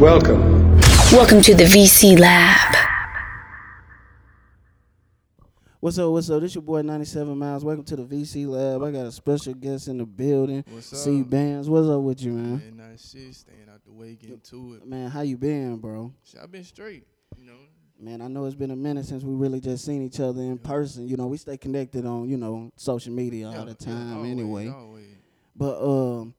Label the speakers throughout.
Speaker 1: Welcome.
Speaker 2: Welcome to the VC Lab.
Speaker 3: What's up? What's up? This your boy 97 Miles. Welcome to the VC Lab. I got a special guest in the building.
Speaker 4: What's up?
Speaker 3: C Bands. What's up with you, man?
Speaker 4: Ain't nothing shit, staying out the way, getting to it.
Speaker 3: Man, how you been, bro?
Speaker 4: Shit, I've been straight, you know.
Speaker 3: Man, I know it's been a minute since we really just seen each other in person. You know, we stay connected on you know social media all the time,
Speaker 4: always,
Speaker 3: anyway.
Speaker 4: always.
Speaker 3: But um,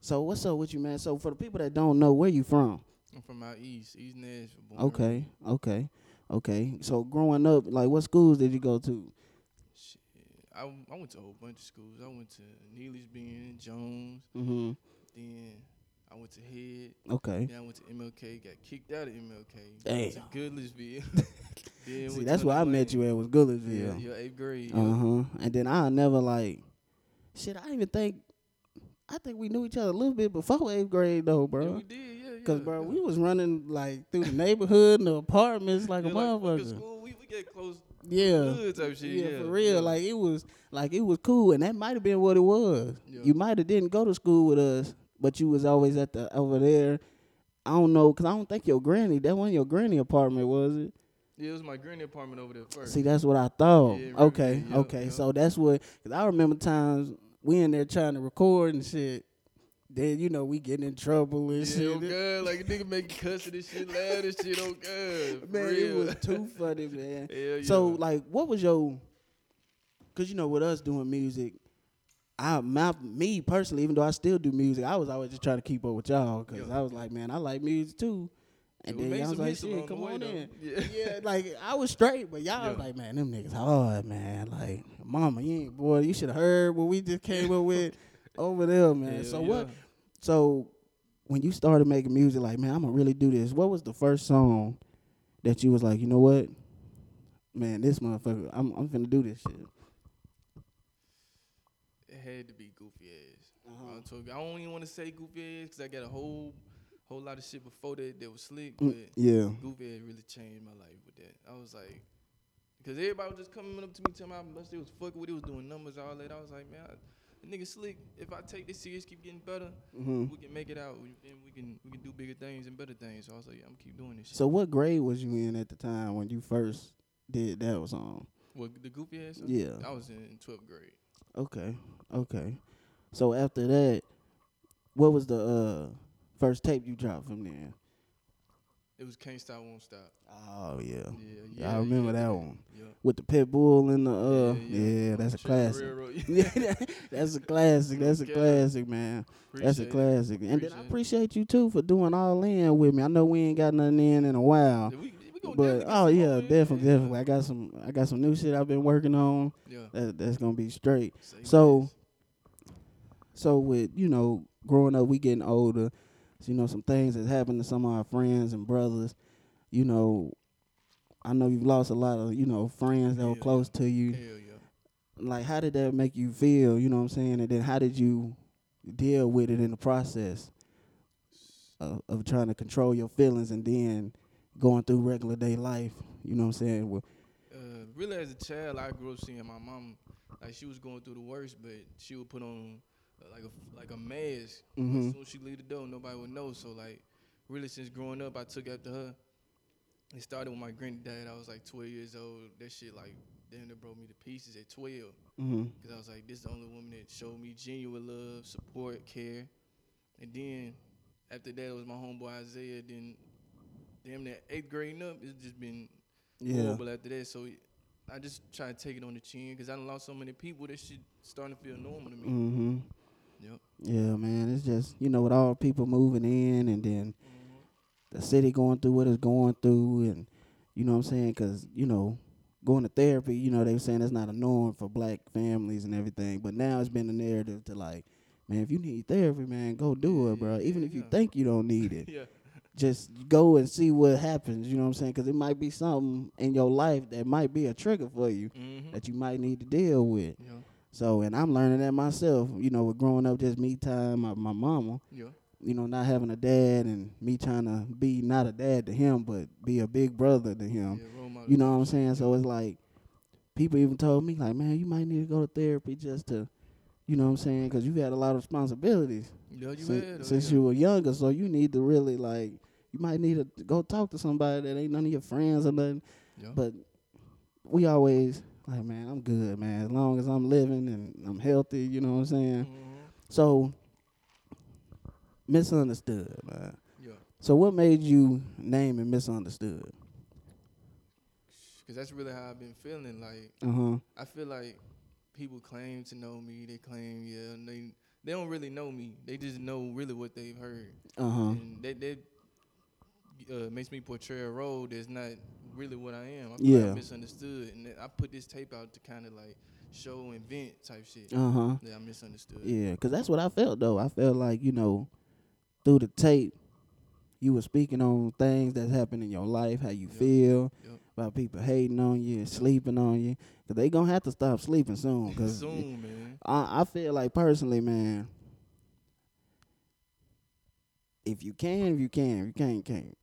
Speaker 3: so what's up with you, man? So for the people that don't know, where you from?
Speaker 4: I'm from out east, East Nashville. born and raised.
Speaker 3: Okay, okay, okay. So growing up, like what schools did you go to?
Speaker 4: I, w- I went to a whole bunch of schools. I went to Neely's being Jones,
Speaker 3: Mm-hmm.
Speaker 4: then I went to Head,
Speaker 3: Okay.
Speaker 4: then I went to MLK, got kicked out of MLK. Went to
Speaker 3: Damn.
Speaker 4: Goodlettsville. then
Speaker 3: See,
Speaker 4: went
Speaker 3: that's
Speaker 4: to
Speaker 3: where I met you
Speaker 4: Tulane.
Speaker 3: at was
Speaker 4: Yeah,
Speaker 3: Goodlettsville.
Speaker 4: yeah, eighth grade. yeah.
Speaker 3: Uh huh. And then I never like, shit. I didn't even think. I think we knew each other a little bit before eighth grade though,
Speaker 4: Yeah,
Speaker 3: bro.
Speaker 4: we did, yeah, yeah.
Speaker 3: Cause bro,
Speaker 4: yeah.
Speaker 3: we was running like through the neighborhood and the apartments like
Speaker 4: Yeah,
Speaker 3: a
Speaker 4: like, fuck the
Speaker 3: motherfucker.
Speaker 4: school, we, we get close.
Speaker 3: yeah.
Speaker 4: Good type shit.
Speaker 3: yeah,
Speaker 4: Yeah,
Speaker 3: for real.
Speaker 4: yeah.
Speaker 3: Like it was, like it was cool, and that might have been what it was.
Speaker 4: Yeah.
Speaker 3: You might have didn't go to school with us, but you was always at the over there. I don't know, cause I don't think your granny. That wasn't your granny apartment, was it?
Speaker 4: yeah, it was my granny apartment over there first.
Speaker 3: See, that's what I thought.
Speaker 4: Yeah, right,
Speaker 3: okay,
Speaker 4: yeah,
Speaker 3: okay.
Speaker 4: yeah.
Speaker 3: So that's what. Cause I remember times we in there trying to record and shit. Then you know we getting in trouble and
Speaker 4: Yeah,
Speaker 3: shit.
Speaker 4: oh god, like a nigga making cuss of this shit loud and shit, oh
Speaker 3: man,
Speaker 4: god. for
Speaker 3: it
Speaker 4: real.
Speaker 3: was too funny, man.
Speaker 4: Hell
Speaker 3: So
Speaker 4: yeah.
Speaker 3: like, what was your? Cause you know, with us doing music, I my me personally, even though I still do music, I was always just trying to keep up with y'all. Cause
Speaker 4: Yeah.
Speaker 3: I was like, man, I like music too. And
Speaker 4: Yeah, we
Speaker 3: then
Speaker 4: made
Speaker 3: y'all was
Speaker 4: some
Speaker 3: like,
Speaker 4: hits along
Speaker 3: shit,
Speaker 4: the
Speaker 3: come
Speaker 4: way,
Speaker 3: on
Speaker 4: though.
Speaker 3: in. Yeah.
Speaker 4: Yeah.
Speaker 3: like I was straight, but y'all was
Speaker 4: Yeah.
Speaker 3: like, man, them niggas hard, man. Like, mama, you ain't boy, you should have heard what we just came up with over there, man.
Speaker 4: Hell
Speaker 3: so
Speaker 4: yeah.
Speaker 3: what so when you started making music, like, man, I'm gonna really do this. What was the first song that you was like, you know what, man, this motherfucker, I'm I'm finna do this shit.
Speaker 4: It had to be goofy ass.
Speaker 3: Uh-huh.
Speaker 4: I, don't talk- I don't even want to say goofy ass because I got a whole whole lot of shit before that that was slick, but
Speaker 3: Mm, yeah,
Speaker 4: goofy ass really changed my life with that. I was like, because everybody was just coming up to me telling me how much they was fucking with, it was doing numbers all that. I was like, man, I, the nigga slick. If I take this serious, keep getting better,
Speaker 3: hmm
Speaker 4: we can make it out. We, and we can we can do bigger things and better things. So I was like, I'm gonna keep doing this. Shit.
Speaker 3: So what grade was you in at the time when you first did that was on?
Speaker 4: Well, the goofy ass. song?
Speaker 3: Yeah.
Speaker 4: I was in 12th grade.
Speaker 3: Okay. Okay. So after that, what was the uh first tape you dropped from there?
Speaker 4: It was Can't Stop, Won't Stop.
Speaker 3: Oh yeah.
Speaker 4: Yeah,
Speaker 3: Yeah,
Speaker 4: yeah.
Speaker 3: I remember
Speaker 4: yeah,
Speaker 3: that
Speaker 4: yeah,
Speaker 3: one.
Speaker 4: Yeah.
Speaker 3: With the pit bull and the uh yeah,
Speaker 4: On
Speaker 3: that's a
Speaker 4: Chestnut
Speaker 3: classic.
Speaker 4: Railroad, yeah.
Speaker 3: Yeah, that's a classic. That's a
Speaker 4: Okay.
Speaker 3: classic, man. That's a
Speaker 4: Appreciate it.
Speaker 3: classic. And then I
Speaker 4: Appreciate
Speaker 3: appreciate you too for doing all in with me. I know we ain't got nothing in in a while.
Speaker 4: Yeah, We, we gonna
Speaker 3: But
Speaker 4: definitely get
Speaker 3: oh
Speaker 4: some
Speaker 3: yeah,
Speaker 4: more,
Speaker 3: definitely,
Speaker 4: yeah.
Speaker 3: definitely. I got some I got some new shit I've been working on
Speaker 4: Yeah.
Speaker 3: that, that's gonna be straight.
Speaker 4: Say
Speaker 3: So-
Speaker 4: less.
Speaker 3: So with you know growing up, we getting older. So, you know some things that's happened to some of our friends and brothers. You know, I know you've lost a lot of you know friends that were
Speaker 4: Yeah.
Speaker 3: close to you.
Speaker 4: hell yeah.
Speaker 3: Like, how did that make you feel? You know what I'm saying? And then how did you deal with it in the process of, of trying to control your feelings and then going through regular day life? You know what I'm saying? Well,
Speaker 4: Uh, really, as a child, I grew up seeing my mom like she was going through the worst, but she would put on uh, like a like a mask.
Speaker 3: Mhm.
Speaker 4: As soon as she leave the door, nobody would know. So like, really, since growing up, I took after her. It started when my granddad. I was like 12 years old. That shit like damn, it broke me to pieces at 12.
Speaker 3: mm-hmm.
Speaker 4: Because I was like, this is the only woman that showed me genuine love, support, care. And then after that, it was my homeboy Isaiah. Then, damn, that eighth grade and up, it's just been
Speaker 3: Yeah.
Speaker 4: horrible after that. So I just try to take it on the chin because I done lost so many people. That shit starting to feel normal to me.
Speaker 3: Mm-hmm.
Speaker 4: Yep.
Speaker 3: Yeah, man. It's just you know with all people moving in and then
Speaker 4: Mm-hmm.
Speaker 3: the city going through what it's going through, and you know what I'm saying? Because you know going to therapy, you know they were saying that's not a norm for black families and everything, but now it's been a narrative to like, man, if you need therapy, man, go do it, bro. Even if you
Speaker 4: Yeah.
Speaker 3: think you don't need it,
Speaker 4: Yeah.
Speaker 3: just go and see what happens. You know what I'm saying? Because it might be something in your life that might be a trigger for you
Speaker 4: Mm-hmm.
Speaker 3: that you might need to deal with.
Speaker 4: Yeah.
Speaker 3: So, and I'm learning that myself. You know, with growing up, just me time, my, my mama.
Speaker 4: Yeah.
Speaker 3: You know, not having a dad, and me trying to be not a dad to him, but be a big brother to
Speaker 4: Yeah.
Speaker 3: him.
Speaker 4: Role model.
Speaker 3: Um, You know what I'm saying? So it's like people even told me, like, man, you might need to go to therapy just to You know what I'm saying? Because you had a lot of responsibilities
Speaker 4: You know, you
Speaker 3: since,
Speaker 4: had, oh,
Speaker 3: since
Speaker 4: yeah.
Speaker 3: you were younger. So you need to really like you might need to go talk to somebody that ain't none of your friends or nothing.
Speaker 4: Yeah.
Speaker 3: But we always like, man, I'm good, man. As long as I'm living and I'm healthy, you know what I'm saying.
Speaker 4: Mhm.
Speaker 3: So misunderstood, man.
Speaker 4: yeah,
Speaker 3: So what made you name it misunderstood?
Speaker 4: because that's really how I've been feeling. Like
Speaker 3: Uh huh.
Speaker 4: I feel like people claim to know me. They claim, yeah, and they they don't really know me. They just know really what they've heard,
Speaker 3: Uh huh.
Speaker 4: and that that uh, makes me portray a role that's not really what I am. I feel like
Speaker 3: Yeah.
Speaker 4: I'm misunderstood, and I put this tape out to kind of like show and vent type shit.
Speaker 3: Uh huh.
Speaker 4: that I misunderstood.
Speaker 3: Yeah, because that's what I felt though. I felt like you know, through the tape, you were speaking on things that's happened in your life, how you
Speaker 4: Yep.
Speaker 3: feel
Speaker 4: Yep.
Speaker 3: about people hating on you, and sleeping on you. Cause they gonna have to stop sleeping soon. Cause
Speaker 4: Soon, man.
Speaker 3: I, I feel like personally, man, if you can, if you can, if you can't, can't.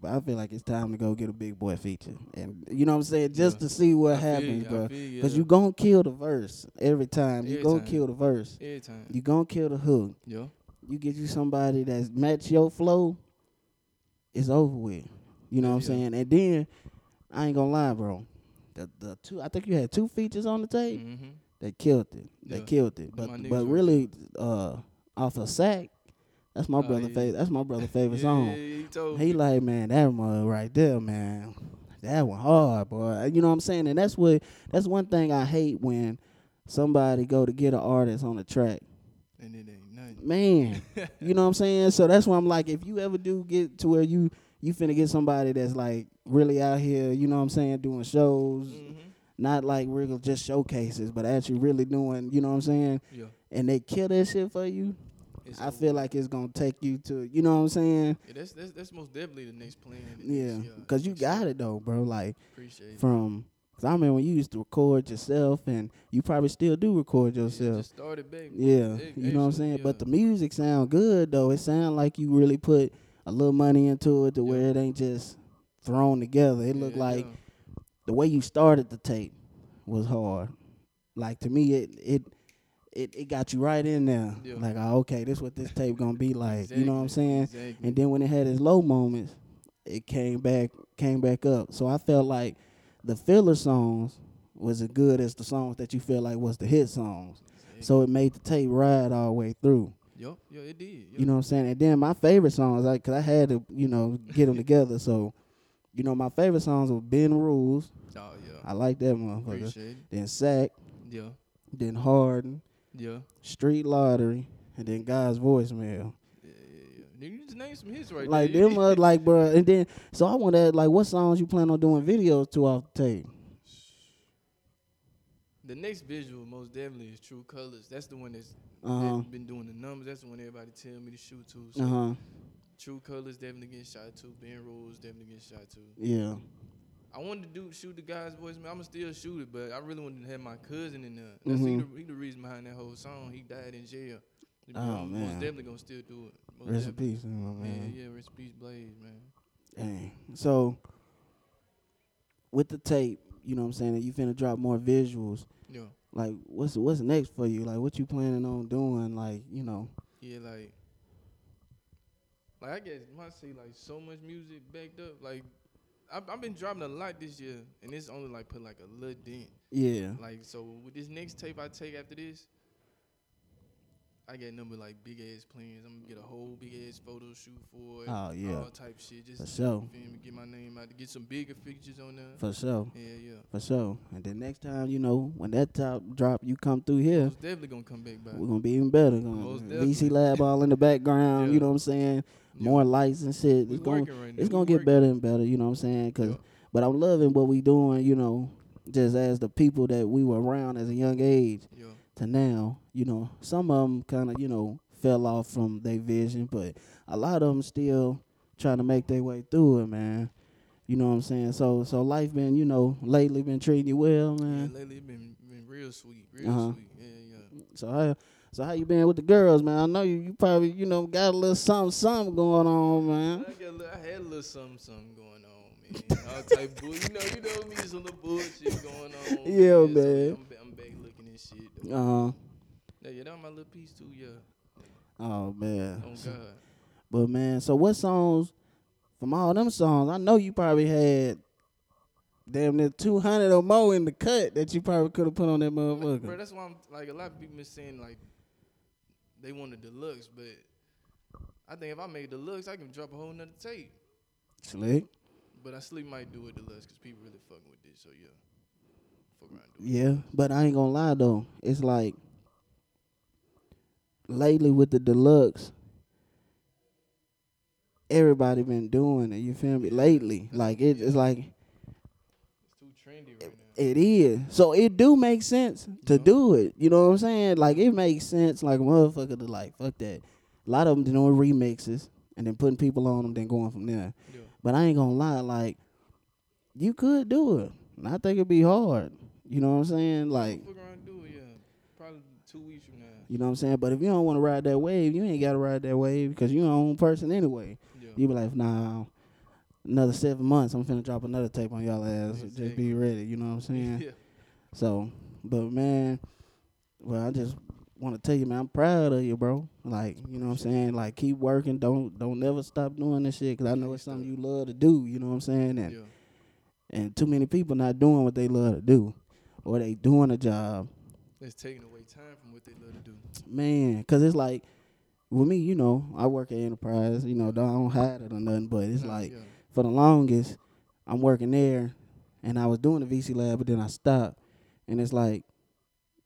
Speaker 3: But I feel like it's time to go get a big boy feature, and you know what I'm saying, just
Speaker 4: Yeah.
Speaker 3: to see what
Speaker 4: I feel
Speaker 3: happens,
Speaker 4: you, I
Speaker 3: bro.
Speaker 4: feel you,
Speaker 3: Cause
Speaker 4: yeah.
Speaker 3: you gonna kill the verse every time. you
Speaker 4: Every
Speaker 3: gonna
Speaker 4: time.
Speaker 3: kill the verse.
Speaker 4: Every time.
Speaker 3: You gonna kill the hook.
Speaker 4: yeah.
Speaker 3: You get you somebody that's match your flow. It's over with. You know what I'm
Speaker 4: Yeah.
Speaker 3: saying? And then I ain't gonna lie, bro. The the two I think you had two features on the tape
Speaker 4: Mm-hmm.
Speaker 3: that killed it. They
Speaker 4: Yeah.
Speaker 3: killed it.
Speaker 4: My
Speaker 3: But
Speaker 4: niggas
Speaker 3: but
Speaker 4: were-
Speaker 3: really, uh, off of sack, that's my
Speaker 4: Oh,
Speaker 3: brother
Speaker 4: yeah.
Speaker 3: favorite. That's my brother favorite
Speaker 4: yeah,
Speaker 3: song.
Speaker 4: Yeah, he told
Speaker 3: He
Speaker 4: me.
Speaker 3: like, man, that one right there, man. That one hard, boy. Uh, You know what I'm saying? And that's what that's one thing I hate when somebody go to get an artist on the track.
Speaker 4: And it ain't nothing.
Speaker 3: Man, you know what I'm saying? So that's why I'm like, if you ever do get to where you you finna get somebody that's like really out here, you know what I'm saying, doing shows,
Speaker 4: Mm-hmm.
Speaker 3: not like real just showcases, but actually really doing, you know what I'm saying,
Speaker 4: Yeah.
Speaker 3: and they kill that shit for you.
Speaker 4: It's
Speaker 3: I
Speaker 4: over.
Speaker 3: feel like it's gonna take you to, you know what I'm saying?
Speaker 4: Yeah, that's, that's that's most definitely the next plan. and the
Speaker 3: Yeah,
Speaker 4: next,
Speaker 3: cause you
Speaker 4: next
Speaker 3: got
Speaker 4: step.
Speaker 3: it though, bro. Like
Speaker 4: Appreciate it.
Speaker 3: from, cause I remember when you used to record yourself, and you probably still do record
Speaker 4: Yeah,
Speaker 3: yourself.
Speaker 4: just started back.
Speaker 3: Yeah,
Speaker 4: Ex-
Speaker 3: you know what I'm saying.
Speaker 4: actually,
Speaker 3: But
Speaker 4: yeah.
Speaker 3: the music sound good though. It sound like you really put a little money into it to
Speaker 4: Yeah.
Speaker 3: where it ain't just thrown together. It looked
Speaker 4: Yeah,
Speaker 3: like
Speaker 4: yeah.
Speaker 3: the way you started the tape was hard. Like to me, it it it, it got you right in there.
Speaker 4: Yeah.
Speaker 3: Like oh, okay, this what this tape gonna be like. You know what I'm
Speaker 4: Exactly,
Speaker 3: saying?
Speaker 4: Exactly.
Speaker 3: And then when it had its low moments, it came back came back up. So I felt like the filler songs was as good as the songs that you felt like was the hit songs.
Speaker 4: Exactly.
Speaker 3: So it made the tape ride all the way through.
Speaker 4: Yup, yeah, it did.
Speaker 3: You know what I'm saying? And then my favorite songs, like, cause I had to, you know, get them together. So, you know, my favorite songs were Ben Rules.
Speaker 4: Oh yeah.
Speaker 3: I like that motherfucker.
Speaker 4: Appreciate it.
Speaker 3: Then Sack,
Speaker 4: Yeah.
Speaker 3: then Harden,
Speaker 4: Yeah.
Speaker 3: Street Lottery, and then God's Voicemail.
Speaker 4: Yeah, yeah, yeah. Nigga, you just named some hits right
Speaker 3: like
Speaker 4: there.
Speaker 3: them, uh, like bro. And then, so I want to like, what songs you plan on doing videos to off the tape?
Speaker 4: The next visual, most definitely, is True Colors. That's the one that's
Speaker 3: Uh
Speaker 4: been doing the numbers. That's the one everybody tell me to shoot to.
Speaker 3: huh.
Speaker 4: So
Speaker 3: Uh huh.
Speaker 4: True Colors definitely getting shot to. Ben Rules definitely getting shot to.
Speaker 3: Yeah.
Speaker 4: I wanted to do shoot the guys' voice, man. I'ma still shoot it, but I really wanted to have my cousin in there. That's he,
Speaker 3: Mhm.
Speaker 4: the, he the reason behind that whole song. He died in jail.
Speaker 3: Oh,
Speaker 4: I'm
Speaker 3: man.
Speaker 4: most definitely gonna still do it. Most
Speaker 3: Rest in
Speaker 4: definitely.
Speaker 3: peace, you know, man.
Speaker 4: Yeah, yeah, rest in peace, Blaze, man.
Speaker 3: Dang. So, with the tape, you know what I'm saying? and You finna drop more visuals.
Speaker 4: Yeah.
Speaker 3: like what's what's next for you? Like what you planning on doing? Like you know,
Speaker 4: Yeah, like, like I guess when I say like so much music backed up, like I've, I've been dropping a lot this year, and it's only like put like a little dent.
Speaker 3: yeah,
Speaker 4: Like so, with this next tape I take after this, I got number like big ass plans. I'm gonna get a whole big ass photo shoot for it.
Speaker 3: Oh, yeah.
Speaker 4: all type shit. Just
Speaker 3: For sure.
Speaker 4: feel me, get my name out, get some bigger pictures on there.
Speaker 3: for sure,
Speaker 4: yeah, yeah.
Speaker 3: for sure. And then next time, you know, when that top drop, you come through here,
Speaker 4: Most definitely gonna come back by.
Speaker 3: we're gonna be even better. Gonna
Speaker 4: Most definitely.
Speaker 3: VC Lab all in the background. You
Speaker 4: Yeah.
Speaker 3: know what I'm saying?
Speaker 4: Yeah.
Speaker 3: More lights and shit.
Speaker 4: We
Speaker 3: It's gonna
Speaker 4: working right now.
Speaker 3: it's
Speaker 4: We
Speaker 3: gonna get
Speaker 4: working.
Speaker 3: better and better. You know what I'm saying? Cause
Speaker 4: Yeah.
Speaker 3: but I'm loving what we doing. You know, just as the people that we were around as a young age
Speaker 4: Yeah,
Speaker 3: to now, you know, some of them kind of, you know, fell off from their vision, but a lot of them still trying to make their way through it, man. You know what I'm saying? So, so life been, you know, lately been treating you well,
Speaker 4: yeah.
Speaker 3: man.
Speaker 4: Lately it been been real sweet, real
Speaker 3: Uh-huh.
Speaker 4: sweet. Yeah, yeah.
Speaker 3: So how, so how you been with the girls, man? I know you, you probably, you know, got a little something, something going on, man.
Speaker 4: I, got a little, I had a little something, something going on, man. All type bull, you know, you know me, some little bullshit going on.
Speaker 3: Yeah,
Speaker 4: So,
Speaker 3: man.
Speaker 4: I'm, ba- I'm back looking at shit. though.
Speaker 3: Uh huh.
Speaker 4: Yeah, yeah, that was my little piece too. Yeah,
Speaker 3: Oh man.
Speaker 4: on
Speaker 3: So-
Speaker 4: God.
Speaker 3: But man, so what songs from all them songs? I know you probably had damn near two hundred or more in the cut that you probably could have put on that
Speaker 4: Like, bro,
Speaker 3: motherfucker.
Speaker 4: that's why I'm like a lot of people been saying like they want a deluxe, but I think if I make a deluxe, I can drop a whole nother tape.
Speaker 3: Slick.
Speaker 4: But I sleep might do a deluxe because people really fucking with this. So yeah, fuck around. and Do it.
Speaker 3: Yeah, but I ain't gonna lie though. It's like lately with the deluxe, everybody been doing it. You feel me? Lately, like it, it's like
Speaker 4: It's too trendy right now.
Speaker 3: It is. So it do make sense to
Speaker 4: Yeah.
Speaker 3: do it. You know what I'm saying? Like it makes sense like a motherfucker to like fuck that. A lot of them doing remixes and then putting people on them, then going from there.
Speaker 4: Yeah.
Speaker 3: But I ain't gonna lie, like you could do it. And I think it'd be hard. You know what I'm saying? Like
Speaker 4: Fuck around, and do it. Yeah, probably two weeks from now.
Speaker 3: you know what I'm saying? But if you don't want to ride that wave, you ain't gotta ride that wave because you're your own person anyway.
Speaker 4: Yeah,
Speaker 3: You be like, nah, another seven months, I'm finna drop another tape on y'all ass. Just
Speaker 4: Exactly.
Speaker 3: be ready. You know what I'm saying?
Speaker 4: yeah.
Speaker 3: So, but man, well, I just want to tell you, man, I'm proud of you, bro. Like, you know what I'm saying? Like, keep working. Don't don't never stop doing this shit because I know it's something you love to do. You know what I'm saying?
Speaker 4: yeah.
Speaker 3: And and too many people not doing what they love to do, or they doing a job,
Speaker 4: That's taking away time from what they love to do.
Speaker 3: man. Because it's like with me, you know, I work at Enterprise. You know, I don't hide it or nothing, but it's
Speaker 4: Nah,
Speaker 3: like
Speaker 4: yeah.
Speaker 3: for the longest, I'm working there, and I was doing the VC lab, but then I stopped, and it's like,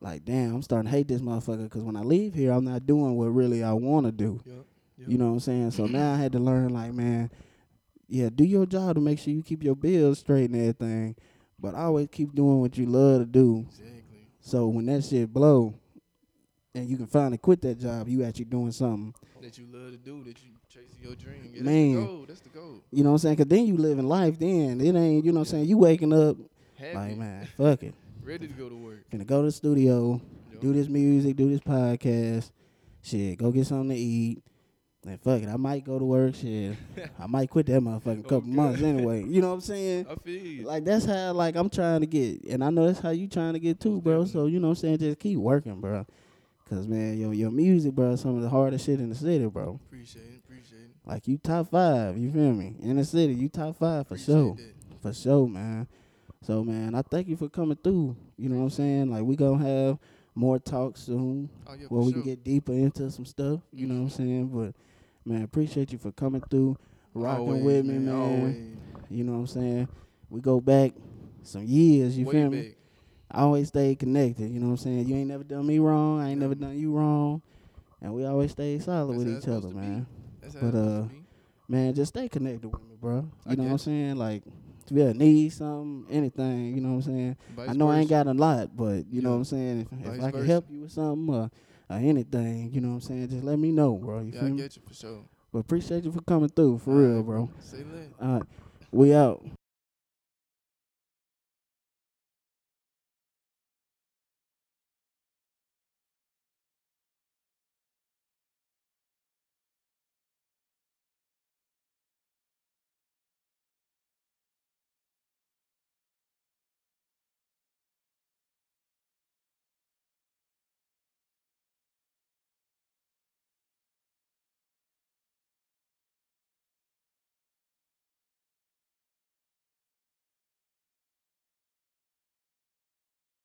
Speaker 3: like damn, I'm starting to hate this motherfucker because when I leave here, I'm not doing what really I want to do.
Speaker 4: yeah, yeah.
Speaker 3: You know what I'm saying? So now I had to learn, like, man, yeah, do your job to make sure you keep your bills straight and everything, but always keep doing what you love to do.
Speaker 4: exactly.
Speaker 3: So when that shit blow, and you can finally quit that job, you actually doing something.
Speaker 4: That you love to do. That you chasing your dream. Yeah,
Speaker 3: Man.
Speaker 4: that's the goal. That's the goal.
Speaker 3: You know what I'm saying? Cause then you living life. Then it ain't. You know what I'm saying? You waking up
Speaker 4: Happy,
Speaker 3: like, man, fuck it.
Speaker 4: ready to go to work.
Speaker 3: Gonna go to the studio,
Speaker 4: Yeah.
Speaker 3: do this music, do this podcast. Shit, go get something to eat. And fuck it, I might go to work. Shit, I might quit that motherfucking couple
Speaker 4: Okay. Oh,
Speaker 3: months anyway. You know what I'm saying?
Speaker 4: I feel you.
Speaker 3: Like that's how like I'm trying to get, and I know that's how you trying to get too, bro. So you know what I'm saying? Just keep working, bro. Cause man, your your music, bro, is some of the hardest shit in the city, bro.
Speaker 4: appreciate it. Appreciate it.
Speaker 3: Like you top five, you feel me? In the city, you top five for
Speaker 4: appreciate
Speaker 3: sure.
Speaker 4: that.
Speaker 3: For sure, man. So man, I thank you for coming through. You know what I'm saying? Like we gonna have more talk soon
Speaker 4: Oh yeah, for
Speaker 3: where we
Speaker 4: sure.
Speaker 3: can get deeper into some stuff. You know what I'm saying? But man, appreciate you for coming through, rocking
Speaker 4: Always,
Speaker 3: with me, man.
Speaker 4: Always.
Speaker 3: You know what I'm saying? We go back some years, you
Speaker 4: Way
Speaker 3: feel me?
Speaker 4: back.
Speaker 3: I always stay connected, you know what I'm saying? You ain't never done me wrong, I ain't never done you wrong. And we always stay solid
Speaker 4: That's how
Speaker 3: with
Speaker 4: it's
Speaker 3: each other,
Speaker 4: supposed to be.
Speaker 3: man.
Speaker 4: That's how
Speaker 3: But,
Speaker 4: it's supposed
Speaker 3: uh,
Speaker 4: to be.
Speaker 3: Man, just stay connected with me, bro. You
Speaker 4: I
Speaker 3: know what I'm
Speaker 4: guess.
Speaker 3: saying? Like if you ever need something, anything, you know what I'm saying?
Speaker 4: Vice
Speaker 3: I know I ain't
Speaker 4: versa.
Speaker 3: got a lot, but you know
Speaker 4: Yeah.
Speaker 3: what I'm saying. If, if
Speaker 4: Vice
Speaker 3: I can
Speaker 4: versa.
Speaker 3: help you with something or, or anything, you know what I'm saying, just let me know, bro. You
Speaker 4: Yeah, I
Speaker 3: feel me?
Speaker 4: get you for sure.
Speaker 3: But appreciate you for coming through, for real,
Speaker 4: Alright,
Speaker 3: bro.
Speaker 4: Say that.
Speaker 3: All right, we out.